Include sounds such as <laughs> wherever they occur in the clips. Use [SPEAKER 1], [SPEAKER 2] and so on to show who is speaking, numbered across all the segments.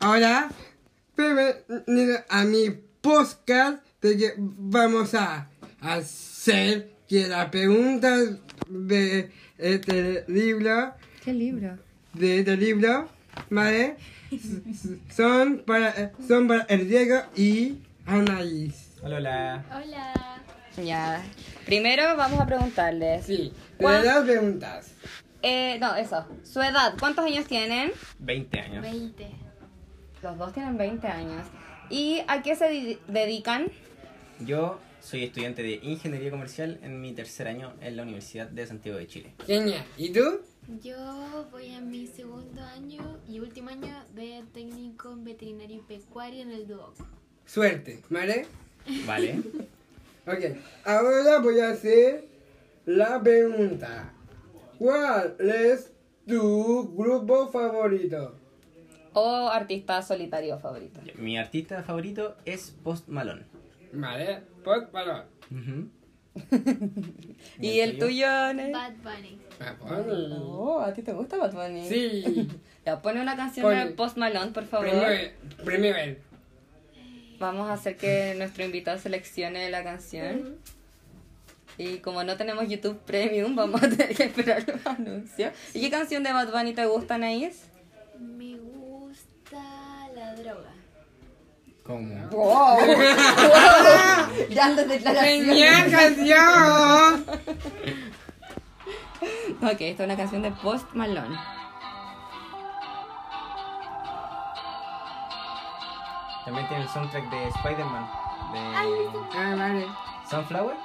[SPEAKER 1] Ahora, bienvenido a mi podcast de que vamos a hacer que la pregunta de este libro,
[SPEAKER 2] ¿Qué libro?
[SPEAKER 1] de este libro, ¿vale? Son para, son para el Diego y Anaís.
[SPEAKER 3] Hola, hola.
[SPEAKER 4] Hola.
[SPEAKER 2] Ya. Primero vamos a preguntarles.
[SPEAKER 1] Sí,
[SPEAKER 2] ¿Cuál-
[SPEAKER 1] le das preguntas.
[SPEAKER 2] Eh, no, eso. Su edad. ¿Cuántos años tienen?
[SPEAKER 3] 20 años.
[SPEAKER 4] 20.
[SPEAKER 2] Los dos tienen 20 años. ¿Y a qué se di- dedican?
[SPEAKER 3] Yo soy estudiante de Ingeniería Comercial en mi tercer año en la Universidad de Santiago de Chile.
[SPEAKER 1] Genial. ¿Y tú?
[SPEAKER 4] Yo voy a mi segundo año y último año de técnico en veterinario y pecuario en el Duoc.
[SPEAKER 1] Suerte, ¿vale?
[SPEAKER 2] <laughs>
[SPEAKER 3] Vale.
[SPEAKER 1] Ok, ahora voy a hacer la pregunta. ¿Cuál es tu grupo favorito?
[SPEAKER 2] ¿O artista solitario favorito?
[SPEAKER 3] Mi artista favorito es Post Malone.
[SPEAKER 1] Vale, por favor.
[SPEAKER 3] Ujú.
[SPEAKER 2] ¿Y el tuyo, Ney?
[SPEAKER 4] Bad Bunny.
[SPEAKER 1] Ah,
[SPEAKER 2] Oh, ¿a ti te gusta Bad
[SPEAKER 1] <laughs>
[SPEAKER 2] Bunny?
[SPEAKER 1] Sí,
[SPEAKER 2] Ya, pone una canción de
[SPEAKER 1] Ponle.
[SPEAKER 2] Post Malone, por favor.
[SPEAKER 1] primero, primero.
[SPEAKER 2] Vamos a hacer que nuestro invitado seleccione la canción. Y como no tenemos YouTube Premium, vamos a tener que esperar los anuncios. ¿Y qué canción de Bad Bunny te gusta, Anaís?
[SPEAKER 4] Me gusta la droga.
[SPEAKER 3] ¿Cómo?
[SPEAKER 2] ¡Wow!
[SPEAKER 1] <laughs>
[SPEAKER 2] Grandes
[SPEAKER 1] ¡Genial canción!
[SPEAKER 2] Ok, esta es una canción de Post Malone.
[SPEAKER 3] También tiene el soundtrack de Spider-Man. De
[SPEAKER 1] Ah, vale,
[SPEAKER 3] Sunflower.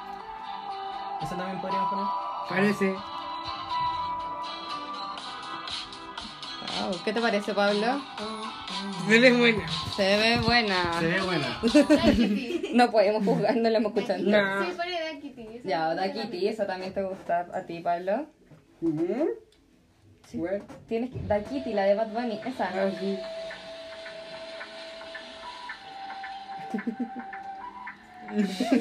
[SPEAKER 3] Eso también podríamos poner.
[SPEAKER 1] parece.
[SPEAKER 2] Wow, ¿Qué te parece, Pablo?
[SPEAKER 1] Se ve buena.
[SPEAKER 2] Se ve buena.
[SPEAKER 3] Se ve buena.
[SPEAKER 4] Ay,
[SPEAKER 2] <laughs>
[SPEAKER 4] Kitty.
[SPEAKER 2] No podemos juzgar, no la hemos escuchado.
[SPEAKER 1] No.
[SPEAKER 4] Sí, pone Da Kitty. Esa
[SPEAKER 2] Ya,
[SPEAKER 4] es la
[SPEAKER 2] Da Kitty, eso también te gusta a ti, Pablo.
[SPEAKER 1] Ujú. Bueno,
[SPEAKER 2] Tienes que... Da Kitty, la de Bad Bunny, esa.
[SPEAKER 1] así.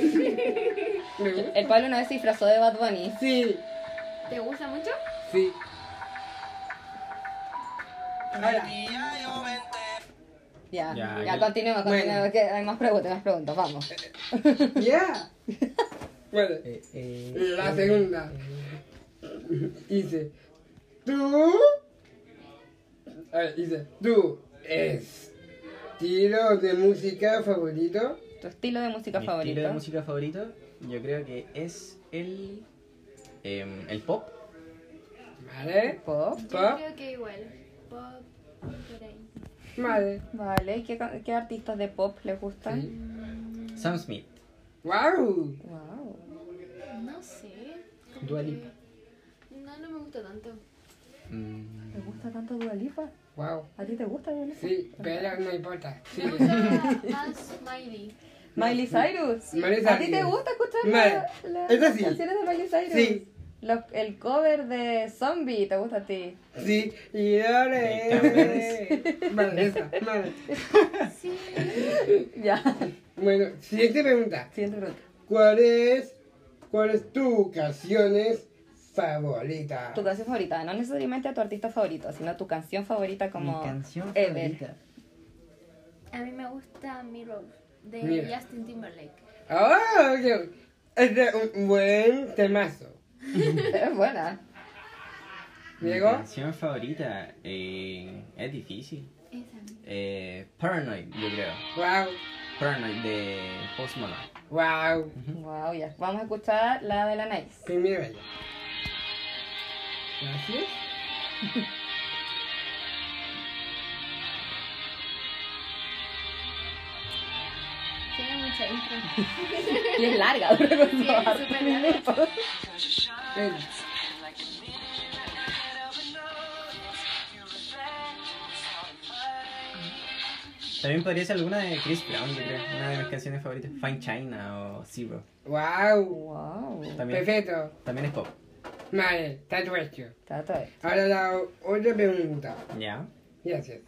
[SPEAKER 1] Me gusta.
[SPEAKER 2] El Pablo una vez se disfrazó de Bad Bunny.
[SPEAKER 1] Sí,
[SPEAKER 4] ¿Te gusta mucho?
[SPEAKER 1] sí. Ahora.
[SPEAKER 2] Ya,
[SPEAKER 3] Ya,
[SPEAKER 2] ya,
[SPEAKER 3] ya.
[SPEAKER 2] continúa,
[SPEAKER 1] Bueno.
[SPEAKER 2] continúa, que hay más preguntas, más preguntas, vamos.
[SPEAKER 1] Yeah. Bueno,
[SPEAKER 3] Eh, eh,
[SPEAKER 1] la
[SPEAKER 3] eh,
[SPEAKER 1] segunda. Dice, tú. A ver, dice, tú. Estilo de música favorito.
[SPEAKER 2] ¿Tu estilo de música
[SPEAKER 3] Mi
[SPEAKER 2] favorito?
[SPEAKER 3] estilo de música favorito, yo creo que es el. em, el pop.
[SPEAKER 1] Vale.
[SPEAKER 2] Pop.
[SPEAKER 4] Yo
[SPEAKER 1] Pop.
[SPEAKER 4] creo que igual. Pop, por ahí.
[SPEAKER 1] Vale.
[SPEAKER 2] Vale, ¿y ¿qué, ca- qué artistas de pop les gustan?
[SPEAKER 1] Sí.
[SPEAKER 3] Sam Smith.
[SPEAKER 1] Wow.
[SPEAKER 2] Wow.
[SPEAKER 4] No sé. como
[SPEAKER 3] Dua
[SPEAKER 4] que-
[SPEAKER 3] Lipa.
[SPEAKER 4] No, no me gusta tanto.
[SPEAKER 3] Mm,
[SPEAKER 2] ¿Te gusta tanto Dua Lipa?
[SPEAKER 1] Wow.
[SPEAKER 2] ¿A ti te gusta Dua Lipa?
[SPEAKER 1] Sí, pero no importa. Sí.
[SPEAKER 4] Me gusta más Miley.
[SPEAKER 2] Miley Cyrus.
[SPEAKER 1] Miley
[SPEAKER 2] ¿A ti te
[SPEAKER 1] Cyrus.
[SPEAKER 2] gusta escuchar
[SPEAKER 1] Miley.
[SPEAKER 2] la- las
[SPEAKER 1] Esa sí.
[SPEAKER 2] canciones de Miley Cyrus?
[SPEAKER 1] Sí.
[SPEAKER 2] Los- el cover de Zombie, ¿te gusta a ti? <laughs>
[SPEAKER 1] Sí. Y ahora. Vale, esa. Vale.
[SPEAKER 4] Sí.
[SPEAKER 2] Ya.
[SPEAKER 1] Bueno, siguiente pregunta.
[SPEAKER 2] Siguiente pregunta.
[SPEAKER 1] ¿Cuál es, cuál es tu canción favorita?
[SPEAKER 2] Tu canción favorita, no necesariamente a tu artista favorito, sino tu canción favorita como...
[SPEAKER 3] Mi canción
[SPEAKER 2] Ever.
[SPEAKER 3] favorita.
[SPEAKER 4] A mí me gusta Mirror de
[SPEAKER 1] Mira.
[SPEAKER 4] Justin Timberlake.
[SPEAKER 1] Ah, ok. Este es un buen temazo.
[SPEAKER 2] <laughs> Es buena.
[SPEAKER 3] Mi
[SPEAKER 1] Diego,
[SPEAKER 3] canción favorita eh, es difícil.
[SPEAKER 4] Esa misma.
[SPEAKER 3] Eh, Paranoid, yo creo.
[SPEAKER 1] wow,
[SPEAKER 3] Paranoid de Post Malone.
[SPEAKER 1] wow.
[SPEAKER 2] Wow, ya. Vamos a escuchar la de la Nice.
[SPEAKER 1] Primero ella. Gracias.
[SPEAKER 4] Tiene mucha intro.
[SPEAKER 2] Y es larga, <laughs> dura como
[SPEAKER 4] Sí,
[SPEAKER 2] dos
[SPEAKER 4] es súper larga.
[SPEAKER 2] minutos.
[SPEAKER 1] Ven.
[SPEAKER 3] También podría ser alguna de Chris Brown, yo creo. Una de mis canciones favoritas. Fine China o Zero.
[SPEAKER 1] Wow.
[SPEAKER 2] Wow.
[SPEAKER 3] También,
[SPEAKER 1] Perfecto.
[SPEAKER 3] también es pop.
[SPEAKER 1] Vale, está tu hecho.
[SPEAKER 2] Trata de...
[SPEAKER 1] Ahora la o- otra pregunta.
[SPEAKER 3] Ya.
[SPEAKER 1] Gracias.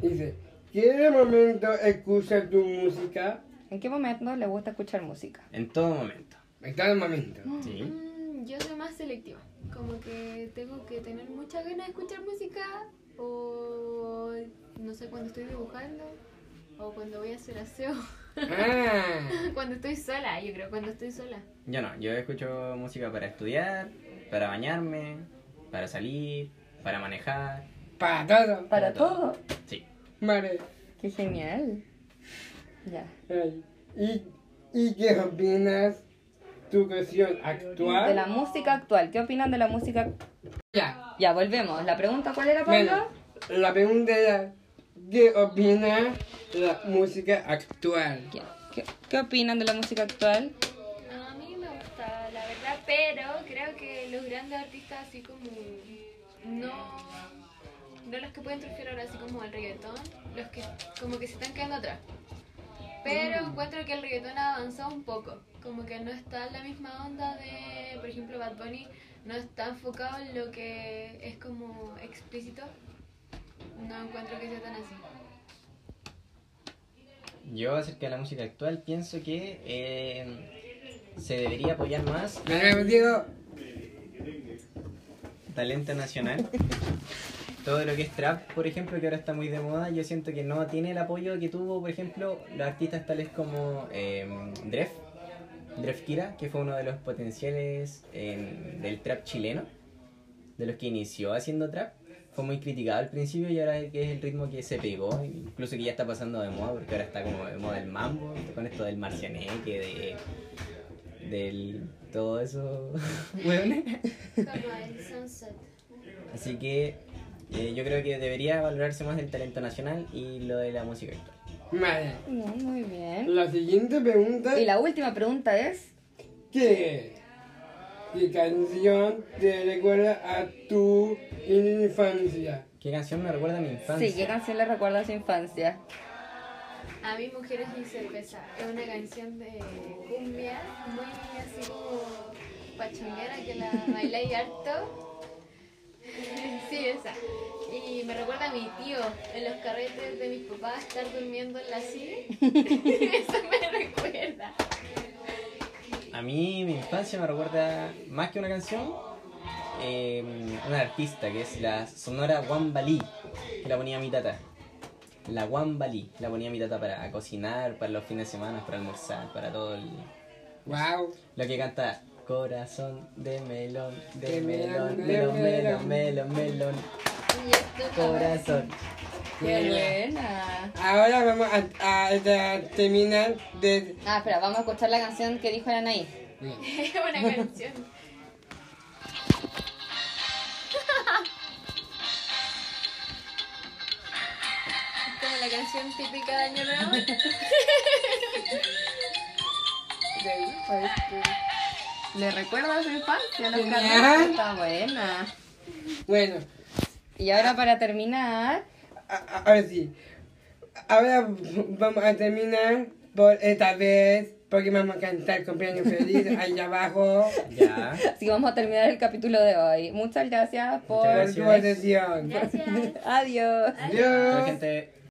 [SPEAKER 1] Dice, ¿qué de momento escuchas tu música?
[SPEAKER 2] ¿En qué momento le gusta escuchar música?
[SPEAKER 3] En todo momento.
[SPEAKER 1] En todo momento.
[SPEAKER 3] Sí.
[SPEAKER 4] Mm, yo soy más selectiva. Como que tengo que tener muchas ganas de escuchar música o no sé, cuando estoy dibujando o cuando voy a hacer aseo. <laughs>
[SPEAKER 3] Ah.
[SPEAKER 4] cuando estoy sola, yo creo, cuando estoy sola.
[SPEAKER 3] Yo no, yo escucho música para estudiar, para bañarme, para salir, para manejar.
[SPEAKER 1] Para todo.
[SPEAKER 2] Para todo.
[SPEAKER 3] Sí.
[SPEAKER 1] Vale.
[SPEAKER 2] Qué genial. Ya.
[SPEAKER 1] Ay, ¿Y, ¿Y qué opinas tu canción actual?
[SPEAKER 2] De la música actual. ¿Qué opinan de la música?
[SPEAKER 1] Ya.
[SPEAKER 2] Ya, volvemos. La pregunta, ¿cuál era, Pablo?
[SPEAKER 1] Bueno, la pregunta era, ¿qué opinas de la música actual?
[SPEAKER 2] Ya. ¿Qué, qué opinan de la música actual?
[SPEAKER 4] A mí me gusta, la verdad, pero creo que los grandes artistas así como no no los que pueden surgir ahora así como el reggaetón, los que como que se están quedando atrás. Pero encuentro que el reggaetón ha avanzado un poco, como que no está en la misma onda de, por ejemplo, Bad Bunny no está enfocado en lo que es como explícito. No encuentro que sea tan así.
[SPEAKER 3] Yo acerca de la música actual pienso que eh, se debería apoyar más
[SPEAKER 1] Me repetido.
[SPEAKER 3] talento nacional. Todo lo que es trap, por ejemplo, que ahora está muy de moda, yo siento que no tiene el apoyo que tuvo, por ejemplo, los artistas tales como eh, Dref, Dref Kira, que fue uno de los potenciales eh, del trap chileno, de los que inició haciendo trap. Fue muy criticado al principio y ahora que es el ritmo que se pegó, incluso que ya está pasando de moda, porque ahora está como de moda el mambo, con esto del marcianeque, de, del todo eso, <laughs> hueones.
[SPEAKER 4] Como el sunset.
[SPEAKER 3] Así que eh, yo creo que debería valorarse más el talento nacional y lo de la música actual.
[SPEAKER 1] Vale.
[SPEAKER 2] Bien, muy bien.
[SPEAKER 1] La siguiente pregunta
[SPEAKER 2] Y la última pregunta es...
[SPEAKER 1] ¿Qué? ¿Qué canción te recuerda a tu infancia?
[SPEAKER 3] ¿Qué canción me recuerda a mi infancia?
[SPEAKER 2] Sí, ¿qué canción le recuerda a su infancia?
[SPEAKER 4] A mí Mujeres y Cerveza es una canción de cumbia muy así como pachonguera que la bailáis harto. Sí, esa. Y me recuerda a mi tío en los carretes de mis papás estar durmiendo en la silla. <laughs> Eso me recuerda.
[SPEAKER 3] A mí mi infancia me recuerda más que una canción, eh, una artista que es la sonora Wambali, que la ponía mi tata. La Wambali, la ponía mi tata para cocinar, para los fines de semana, para almorzar, para todo el...
[SPEAKER 1] Wow.
[SPEAKER 3] Lo que canta Corazón de melón, de
[SPEAKER 1] De melón,
[SPEAKER 3] melón,
[SPEAKER 1] de
[SPEAKER 3] melón,
[SPEAKER 1] melón.
[SPEAKER 3] melón, melón, melón,
[SPEAKER 4] Y esto como-
[SPEAKER 3] corazón.
[SPEAKER 2] ¡Qué buena!
[SPEAKER 1] Ahora vamos a, a- a terminar de...
[SPEAKER 2] Ah, espera, vamos a escuchar la canción que dijo la Anaí.
[SPEAKER 4] <laughs> es una canción. Es como la canción típica de Año Nuevo.
[SPEAKER 2] Le recuerda a su infancia, los
[SPEAKER 1] Genial.
[SPEAKER 2] canciones. Está buena.
[SPEAKER 1] Bueno,
[SPEAKER 2] Y ahora para terminar,
[SPEAKER 1] a- a- ahora sí. Ahora vamos a terminar por esta vez porque vamos a cantar cumpleaños feliz allá abajo. <laughs>
[SPEAKER 3] Ya.
[SPEAKER 2] así que vamos a terminar el capítulo de hoy. Muchas gracias por...
[SPEAKER 1] Por tu atención.
[SPEAKER 4] Gracias.
[SPEAKER 2] <laughs> Adiós.
[SPEAKER 1] Adiós.
[SPEAKER 3] gente